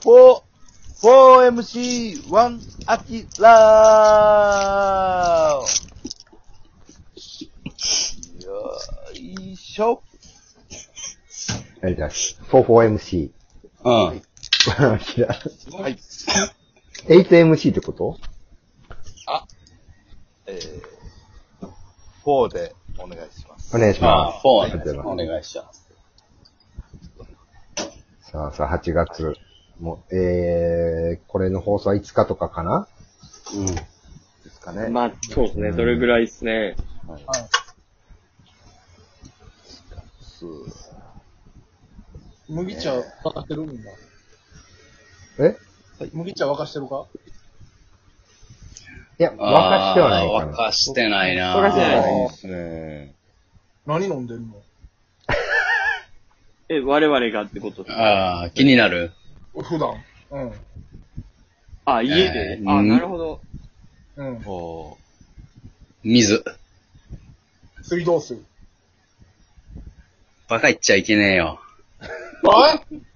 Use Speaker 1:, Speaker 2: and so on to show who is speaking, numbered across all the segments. Speaker 1: 4、4MC1 アキラーよいしょ。
Speaker 2: ありがとうございます。44MC。
Speaker 3: うん。
Speaker 2: 知 らん
Speaker 1: はい。
Speaker 2: 8MC ってこと
Speaker 1: えー、4でお願いします。
Speaker 2: お願いし
Speaker 3: まあ、
Speaker 2: ま
Speaker 3: フォ
Speaker 2: ありがとうござい
Speaker 3: ー
Speaker 2: ま
Speaker 3: お願いします。
Speaker 2: す。さあさあ、8月。もう、えー、これの放送は5日とかかな
Speaker 3: うん。
Speaker 2: ですかね。
Speaker 4: まあ、そうですね。それぐらいですね。
Speaker 5: 麦茶沸かしてるみんな。
Speaker 2: え
Speaker 5: 麦茶沸かしてるか
Speaker 2: いや、沸かしてはないか
Speaker 3: あー沸
Speaker 2: な。
Speaker 3: かしてないな。
Speaker 4: 沸かしてない
Speaker 3: いですね。
Speaker 5: 何飲んでんの
Speaker 4: え、我々がってことですか
Speaker 3: ああ、気になる。
Speaker 5: 普段。うん。
Speaker 4: あ、家で
Speaker 3: え、ー
Speaker 4: あ、
Speaker 3: うん
Speaker 4: なるほど。
Speaker 5: うん。
Speaker 3: 水。
Speaker 5: 水道水。
Speaker 3: バカ言っちゃいけねえよ。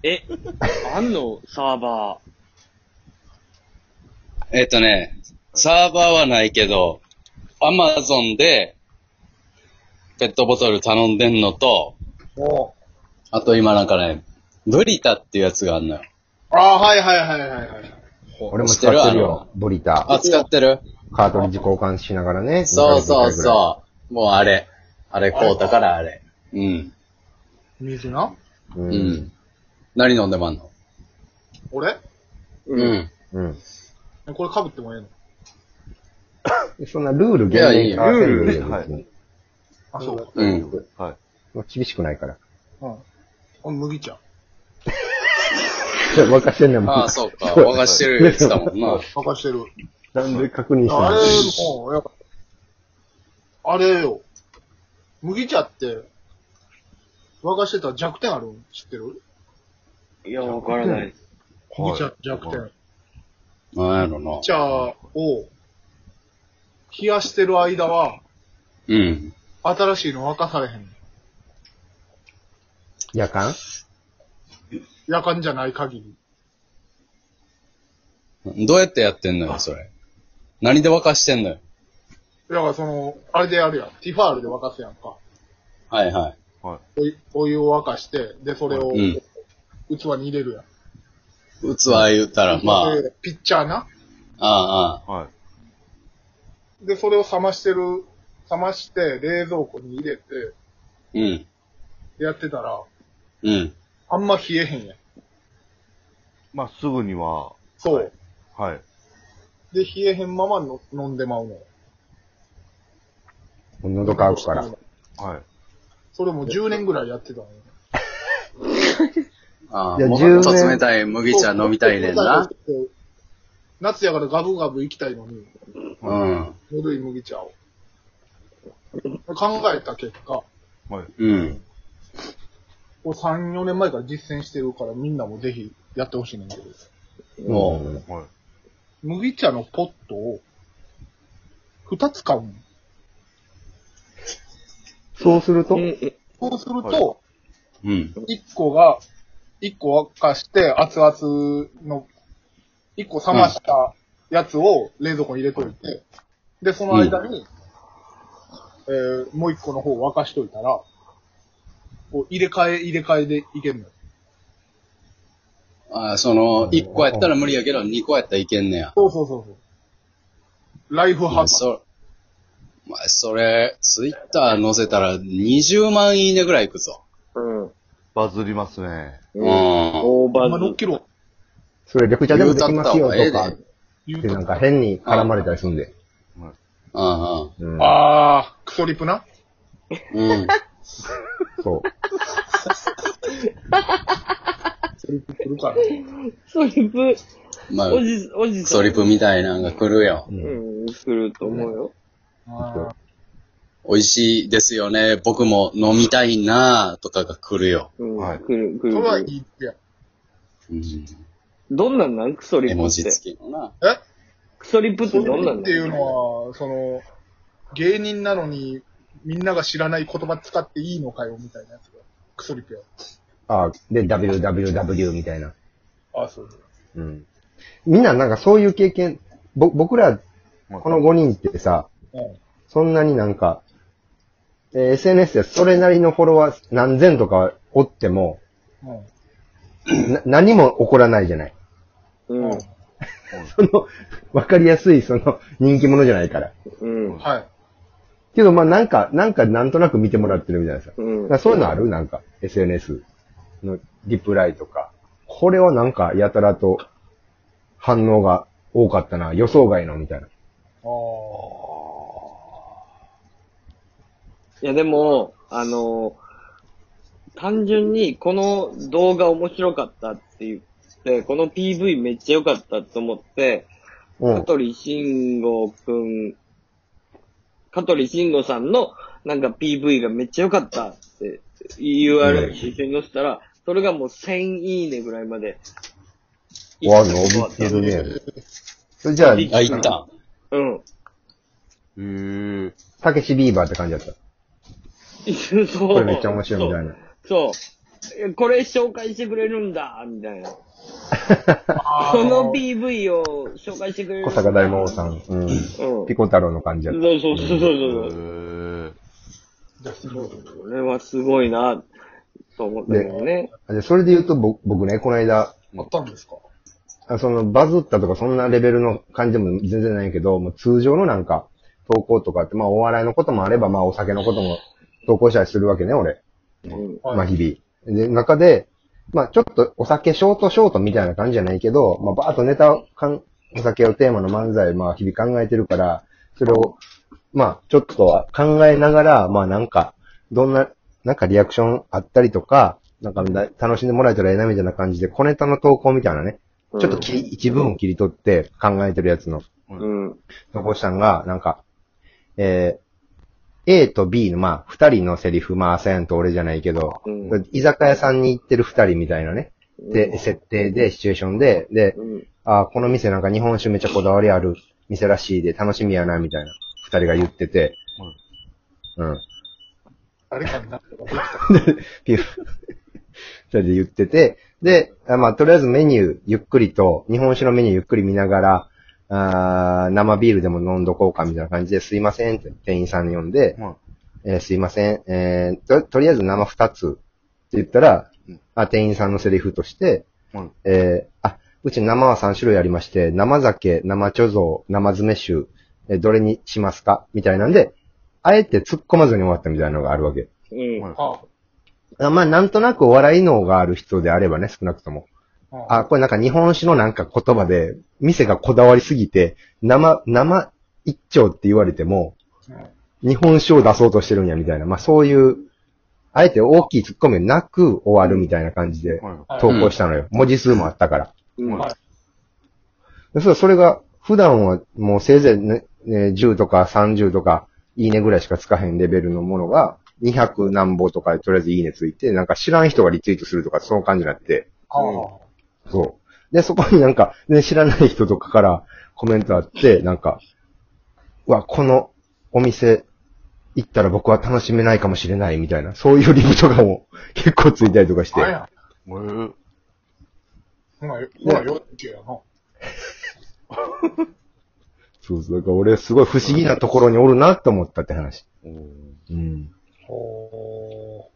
Speaker 4: え、あんのサーバ
Speaker 3: えっとね、サーバーはないけど、アマゾンで、ペットボトル頼んでんのと、
Speaker 5: お
Speaker 3: あと今なんかね、ブリタっていうやつがあんのよ。
Speaker 5: ああー、はいはいはいはいはい。
Speaker 2: 俺も使ってるよ。ブリ
Speaker 3: あ、
Speaker 2: タ。
Speaker 3: 使ってる
Speaker 2: カートリッジ交換しながらね。
Speaker 3: そうそ
Speaker 2: 二
Speaker 3: う
Speaker 2: 回ぐら
Speaker 3: そう。もうあれ。あれ、こうだからあれ。うん。
Speaker 5: 水な
Speaker 2: いううん。
Speaker 3: ん。何飲んでまんの
Speaker 5: 俺
Speaker 3: うん。
Speaker 2: うん。
Speaker 5: これ被ってもええの
Speaker 2: そんなルール
Speaker 3: いやいい
Speaker 2: 限定
Speaker 3: よ
Speaker 2: 化せ
Speaker 1: ルールはい
Speaker 2: んでいいよ別に
Speaker 5: あ、そうか。
Speaker 3: うん。
Speaker 1: はい。
Speaker 2: もう厳しくないから。
Speaker 5: うん。俺麦茶。
Speaker 2: 沸かしてんねんもん
Speaker 3: ああ、そうか。沸かしてるやつだもん な。
Speaker 5: 沸かしてる。
Speaker 2: なんで確認して
Speaker 5: あ
Speaker 2: な
Speaker 5: れ
Speaker 2: い、
Speaker 5: もう、やっぱあれよ。麦茶って、沸かしてたら弱点あるん知ってる
Speaker 4: ー。いや、わからないです。
Speaker 5: 麦茶弱点。
Speaker 3: なんやろな
Speaker 5: 麦。茶を冷やしてる間は、
Speaker 3: うん。
Speaker 5: 新しいの沸かされへん。
Speaker 2: 夜間
Speaker 5: 夜間じゃない限り。
Speaker 3: どうやってやってんのよ、それ。何で沸かしてんのよ。
Speaker 5: だからその、あれでやるやん。ティファールで沸かすやんか。
Speaker 3: はいはい。
Speaker 5: おいお湯を沸かして、で、それを、
Speaker 3: うん
Speaker 5: 器に入れるやん。
Speaker 3: 器言ったら、まあ、
Speaker 5: で、ピッチャーな。
Speaker 3: ああ、ああ、
Speaker 1: はい。
Speaker 5: で、それを冷ましてる、冷まして、冷蔵庫に入れて、
Speaker 3: うん、
Speaker 5: やってたら、
Speaker 3: うん。
Speaker 5: あんま冷えへんやん。
Speaker 1: まあ、すぐには、
Speaker 5: そう。
Speaker 1: はい。
Speaker 5: で、冷えへんままの飲んでまうの。
Speaker 2: 喉乾くから。
Speaker 1: はい。
Speaker 5: それも10年ぐらいやってたのよ。
Speaker 3: ああ、
Speaker 2: いや
Speaker 3: もっと
Speaker 2: 10年
Speaker 3: 冷たい麦茶飲みたいねんな。。
Speaker 5: 夏やからガブガブ行きたいのに、
Speaker 3: うん、
Speaker 5: ぬるい麦茶を。考えた結果、
Speaker 3: うん。
Speaker 5: これ3、4年前から実践してるからみんなもぜひやってほしいねんだけど。
Speaker 3: もう、
Speaker 2: ん
Speaker 1: はい。
Speaker 5: 麦茶のポットを2つ買うの。
Speaker 2: そうすると、
Speaker 5: そうする
Speaker 1: は
Speaker 5: と、
Speaker 3: うん、
Speaker 5: 1個が、1個沸かして熱々の、1個冷ましたやつを冷蔵庫に入れといて、で、その間に、えーもう1個の方を沸かしといたら、こう入れ替え入れ替えでいけるのよ。
Speaker 3: ああ、その、一個やったら無理やけど、二個やったらいけんねや。
Speaker 5: そうそうそうそう。ライフハ
Speaker 3: ま
Speaker 5: ッ
Speaker 3: あ、
Speaker 5: ク。
Speaker 3: そ、まあ、それ、ツイッター載せたら20万いいねぐらいいくぞ。
Speaker 4: うん。
Speaker 1: バズりますね。
Speaker 3: うん。言
Speaker 4: オーバ
Speaker 5: 今
Speaker 4: ー
Speaker 5: 6
Speaker 4: ズ。
Speaker 5: キロ
Speaker 2: それ緑茶でも
Speaker 3: う
Speaker 2: で
Speaker 3: たっ
Speaker 2: きます
Speaker 3: た
Speaker 2: よと
Speaker 3: 方がええで。
Speaker 2: か、
Speaker 5: 言
Speaker 2: っ
Speaker 5: う
Speaker 2: て
Speaker 5: と
Speaker 2: なんか変に絡まれたりすんで。
Speaker 3: うん、うん。
Speaker 2: うん。
Speaker 5: あー、クソリプな。
Speaker 3: うん。
Speaker 2: そう。
Speaker 5: 来るから。
Speaker 4: ソリプ、
Speaker 3: まあ、
Speaker 4: おじ、おじさん。
Speaker 3: ソリプみたいなのが来るよ。
Speaker 2: う。
Speaker 4: うんん、来ると思うよ。
Speaker 5: あ
Speaker 3: 美味しいですよね。僕も飲みたいなとかが来るよ。
Speaker 4: うん、
Speaker 1: はい
Speaker 4: 来る、来
Speaker 5: ー
Speaker 4: る。
Speaker 5: それはい
Speaker 4: 来る
Speaker 5: いってや。
Speaker 3: うん。
Speaker 4: どんなんなんクソリ
Speaker 3: 絵
Speaker 4: プっ
Speaker 3: 文字
Speaker 4: て。
Speaker 3: 付きのな。
Speaker 5: え
Speaker 4: クソリプって
Speaker 5: そ
Speaker 4: どんな
Speaker 5: れ
Speaker 4: ん
Speaker 5: ってい
Speaker 4: な
Speaker 5: う
Speaker 4: ん
Speaker 5: のは、その、芸人なのに、みんなが知らない言葉使っていいのかよ、みたいなやつが。クソリプや。
Speaker 2: あで、WWW みたいな。
Speaker 5: ああ、そうです。
Speaker 2: うん。みんななんかそういう経験、ぼ、僕ら、
Speaker 1: もう
Speaker 2: この5人ってさ、
Speaker 5: うん
Speaker 2: そんなになんか、えー SNS でそれなりのフォロワー何千とかおっても、
Speaker 5: うん。
Speaker 2: な何も起こらないじゃない。
Speaker 4: うん。
Speaker 2: その、わかりやすい、その、人気者じゃないから。
Speaker 4: うん。
Speaker 5: はい。
Speaker 2: けど、まあ、なんか、なんか、なんとなく見てもらってるみたいなさ。
Speaker 4: うん
Speaker 2: だからそういうのあるなんか、SNS のリプライとか。これはなんか、やたらと反応が多かったな。予想外の、みたいな。
Speaker 5: ああ。
Speaker 4: いや、でも、あの、単純にこの動画面白かったって言って、この PV めっちゃ良かったと思って、
Speaker 2: う
Speaker 4: 香
Speaker 2: ん。
Speaker 4: 取慎吾くん、香取慎吾さんのなんか PV がめっちゃ良かったって URL 一緒に載せたら、それがもう1000いいねぐらいまで。
Speaker 2: わ、伸びてるね。それじゃあ、
Speaker 3: あ、行ったん
Speaker 4: うん。
Speaker 1: えー、
Speaker 2: たけしビーバーって感じだった。
Speaker 4: そう。
Speaker 2: これめっちゃ面白いみたいな。
Speaker 4: そう。そう。えこれ紹介してくれるんだ、みたいな。その PV を紹介してくれる。
Speaker 2: 小坂大魔王さん、うん。
Speaker 4: うん。
Speaker 2: ピコ太郎の感じだ
Speaker 4: そ
Speaker 2: っ
Speaker 4: う
Speaker 2: た。
Speaker 4: そうそうそ
Speaker 1: え
Speaker 4: うそう。
Speaker 1: ー、
Speaker 4: これはすごいな、と思ったけどね。
Speaker 2: あでそれで言うと、ぼ僕ね、この間、
Speaker 5: あったんですか
Speaker 2: あそのバズったとかそんなレベルの感じでも全然ないけど、もう通常のなんか投稿とかって、まあお笑いのこともあれば、まあお酒のことも投稿したりするわけね、俺。
Speaker 4: うん。
Speaker 5: はい
Speaker 2: まあ日々。で、中で、まあちょっとお酒ショートショートみたいな感じじゃないけど、まあバーッとネタをかん、お酒をテーマの漫才、まあ日々考えてるから、それを、まあちょっと考えながら、まあなんか、どんな、なんかリアクションあったりとか、なんかだ楽しんでもらえたらええなみたいな感じで、小ネタの投稿みたいなね、ちょっと切り一文を切り取って考えてるやつの、
Speaker 4: うん。
Speaker 2: のぼしさんが、なんか、えー、A と B の、まあ、二人のセリフ、まあ、アセンと俺じゃないけど、
Speaker 4: うん
Speaker 2: 居酒屋さんに行ってる二人みたいなね、
Speaker 4: う
Speaker 2: で、設定で、シチュエーションで、で、
Speaker 4: うん。
Speaker 2: あーこの店なんか日本酒めっちゃこだわりある店らしいで、楽しみやな、みたいな、二人が言ってて、うん。
Speaker 5: 誰かになって た
Speaker 2: っていうそれで言ってて、で、あまあ、とりあえずメニューゆっくりと、日本酒のメニューゆっくり見ながら、あー生ビールでも飲んどこうかみたいな感じですいませんって店員さんに呼んで、
Speaker 1: うん
Speaker 2: えーすいません、えーと、とりあえず生二つって言ったら、
Speaker 1: うん
Speaker 2: あ、店員さんのセリフとして、
Speaker 1: うん
Speaker 2: えーあ、うち生は3種類ありまして、生酒、生貯蔵、生詰め酒、えーどれにしますかみたいなんで、あえて突っ込まずに終わったみたいなのがあるわけ。
Speaker 4: うん。
Speaker 5: あ
Speaker 2: あまあ、なんとなくお笑い能がある人であればね、少なくとも。
Speaker 5: あ
Speaker 2: あ、これなんか日本史のなんか言葉で、店がこだわりすぎて、生、生一丁って言われても、日本史を出そうとしてるんや、みたいな。まあ、そういう、あえて大きい突っ込みなく終わるみたいな感じで
Speaker 1: はい
Speaker 5: はい
Speaker 2: 投稿したのよ。文字数もあったから。
Speaker 4: うん。
Speaker 2: でそうそれが、普段はもうせいぜいね、ね10とか30とか、いいねぐらいしかつかへんレベルのものが、200何本とかでとりあえずいいねついて、なんか知らん人がリツイートするとか、その感じになって、
Speaker 5: あ
Speaker 2: そう。で、そこになんか、ね、知らない人とかからコメントあって、なんか、うわ、このお店行ったら僕は楽しめないかもしれないみたいな、そういうリブとかも 結構ついたりとかして
Speaker 5: あ。、や。
Speaker 1: えー、
Speaker 5: ほら、ほら、よっけやな。
Speaker 2: そうそう。だから俺すごい不思議なところにおるなと思ったって話。うん。
Speaker 5: ほ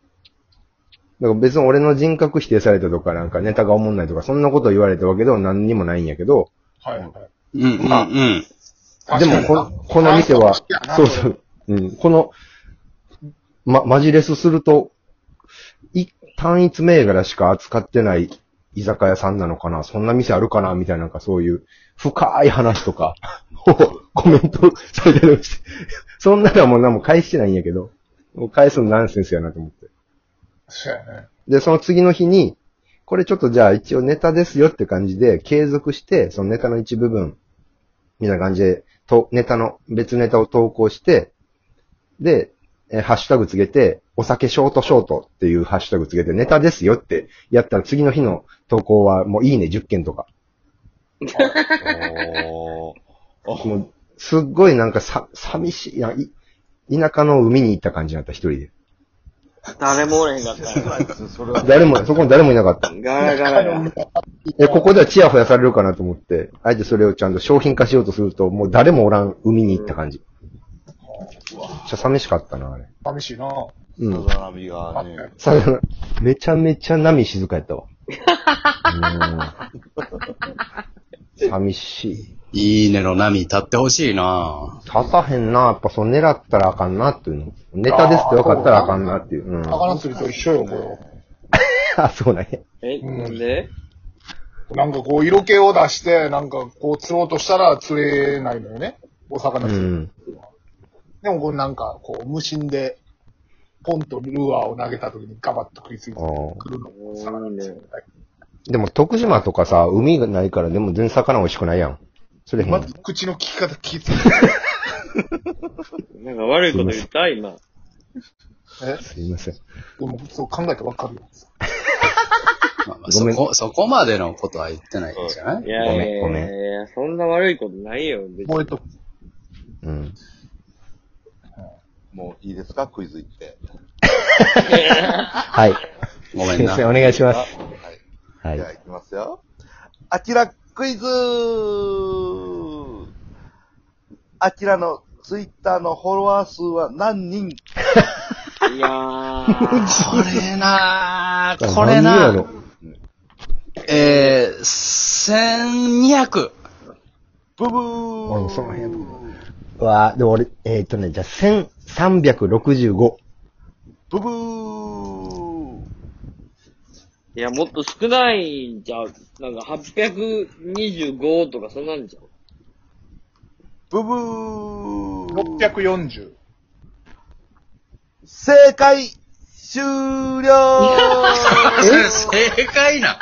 Speaker 2: だから別に俺の人格否定されたとか、なんかネタが思んないとか、そんなこと言われたわけでは何にもないんやけど、
Speaker 5: ー。はいはい。。
Speaker 3: うん、うん、うん。
Speaker 2: でもこの、この店は、そうそうう、うん、この、ま、マジレスすると、い、単一銘柄しか扱ってない居酒屋さんなのかな、そんな店あるかな、みたいな、なんかそういう深い話とか、 をコメントされたりして、そんなのはもう何も返してないんやけど、もう返すのナンセンスやなと思って。
Speaker 5: そうやね。
Speaker 2: で、その次の日に、これちょっとじゃあ一応ネタですよって感じで、継続して、そのネタの一部分、みたいな感じで、と、ネタの、別ネタを投稿して、で、えーハッシュタグつけて、お酒ショートショートっていうハッシュタグつけて、ネタですよってやったら次の日の投稿はもういいね10件とか。
Speaker 1: おー
Speaker 2: もう、すっごいなんかさ、寂しい、いやい田舎の海に行った感じになった一人で。
Speaker 4: 誰もおれへんかったよ。
Speaker 1: それは、
Speaker 2: 誰も、そこに誰もいなかった。
Speaker 4: ガラガラや。
Speaker 2: え、ここではチヤホヤされるかなと思って、あえてそれをちゃんと商品化しようとすると、もう誰もおらん、海に行った感じ。めっちゃ寂しかったな、あれ。
Speaker 5: 寂しいな
Speaker 2: うん。
Speaker 1: さざ波がね、
Speaker 2: さよならめちゃめちゃ波静かやったわ。うん寂しい。
Speaker 3: いいねの波立ってほしいな
Speaker 2: 立たへんな、やっぱそう狙ったらあかんなっていうの。ネタですって分かったらあかんなっていう。うん。
Speaker 5: 魚釣りと一緒よ、これ。
Speaker 2: あ、そうなんや。
Speaker 4: え、なんで
Speaker 5: なんかこう、色気を出して、なんかこう、釣ろうとしたら釣れないのよね。お魚
Speaker 2: う
Speaker 5: 釣り。
Speaker 2: ん。
Speaker 5: でもこうなんか、こう、無心で、ポンとルアーを投げた時にガバッと食いついて
Speaker 2: あー
Speaker 5: くるのも
Speaker 4: すごいね
Speaker 2: でも徳島とかさ、海がないからでも全然魚美味しくないやん。それ、
Speaker 5: まず口の利き方気ぃつけて。
Speaker 4: なんか悪いこと言った今。
Speaker 5: え
Speaker 2: すいません。
Speaker 5: でも、そう考えたらわかるよ。
Speaker 3: まあまあ
Speaker 2: ご
Speaker 3: そ
Speaker 2: めん
Speaker 3: こ、そこまでのことは言ってないんじゃない
Speaker 4: いやいやい
Speaker 2: ごめん
Speaker 4: やいや、そんな悪いことないよ、別に。
Speaker 5: 覚えとく。
Speaker 2: うん。
Speaker 1: もういいですかクイズ行って。
Speaker 2: はい。
Speaker 3: ごめん
Speaker 2: 先
Speaker 3: な。
Speaker 2: 生、お願いしま
Speaker 1: あは
Speaker 2: す。
Speaker 1: い。
Speaker 2: はい
Speaker 1: じゃ。あ行きますよ。アキラクイズアキラのツイッターのフォロワー数は何人
Speaker 4: いやー。
Speaker 3: これな
Speaker 2: あ
Speaker 3: これ
Speaker 2: 何や
Speaker 3: な
Speaker 2: ろ
Speaker 3: えー、1200。
Speaker 1: ブブ
Speaker 2: うん
Speaker 1: ー
Speaker 2: その辺うわで、俺、えっとね、じゃあ、1365。
Speaker 1: ブブー
Speaker 4: いや、もっと少ないんじゃう、なんか825とかそんなんじゃん。
Speaker 1: ブブー
Speaker 5: 640。
Speaker 1: 正解終了
Speaker 3: 正解な。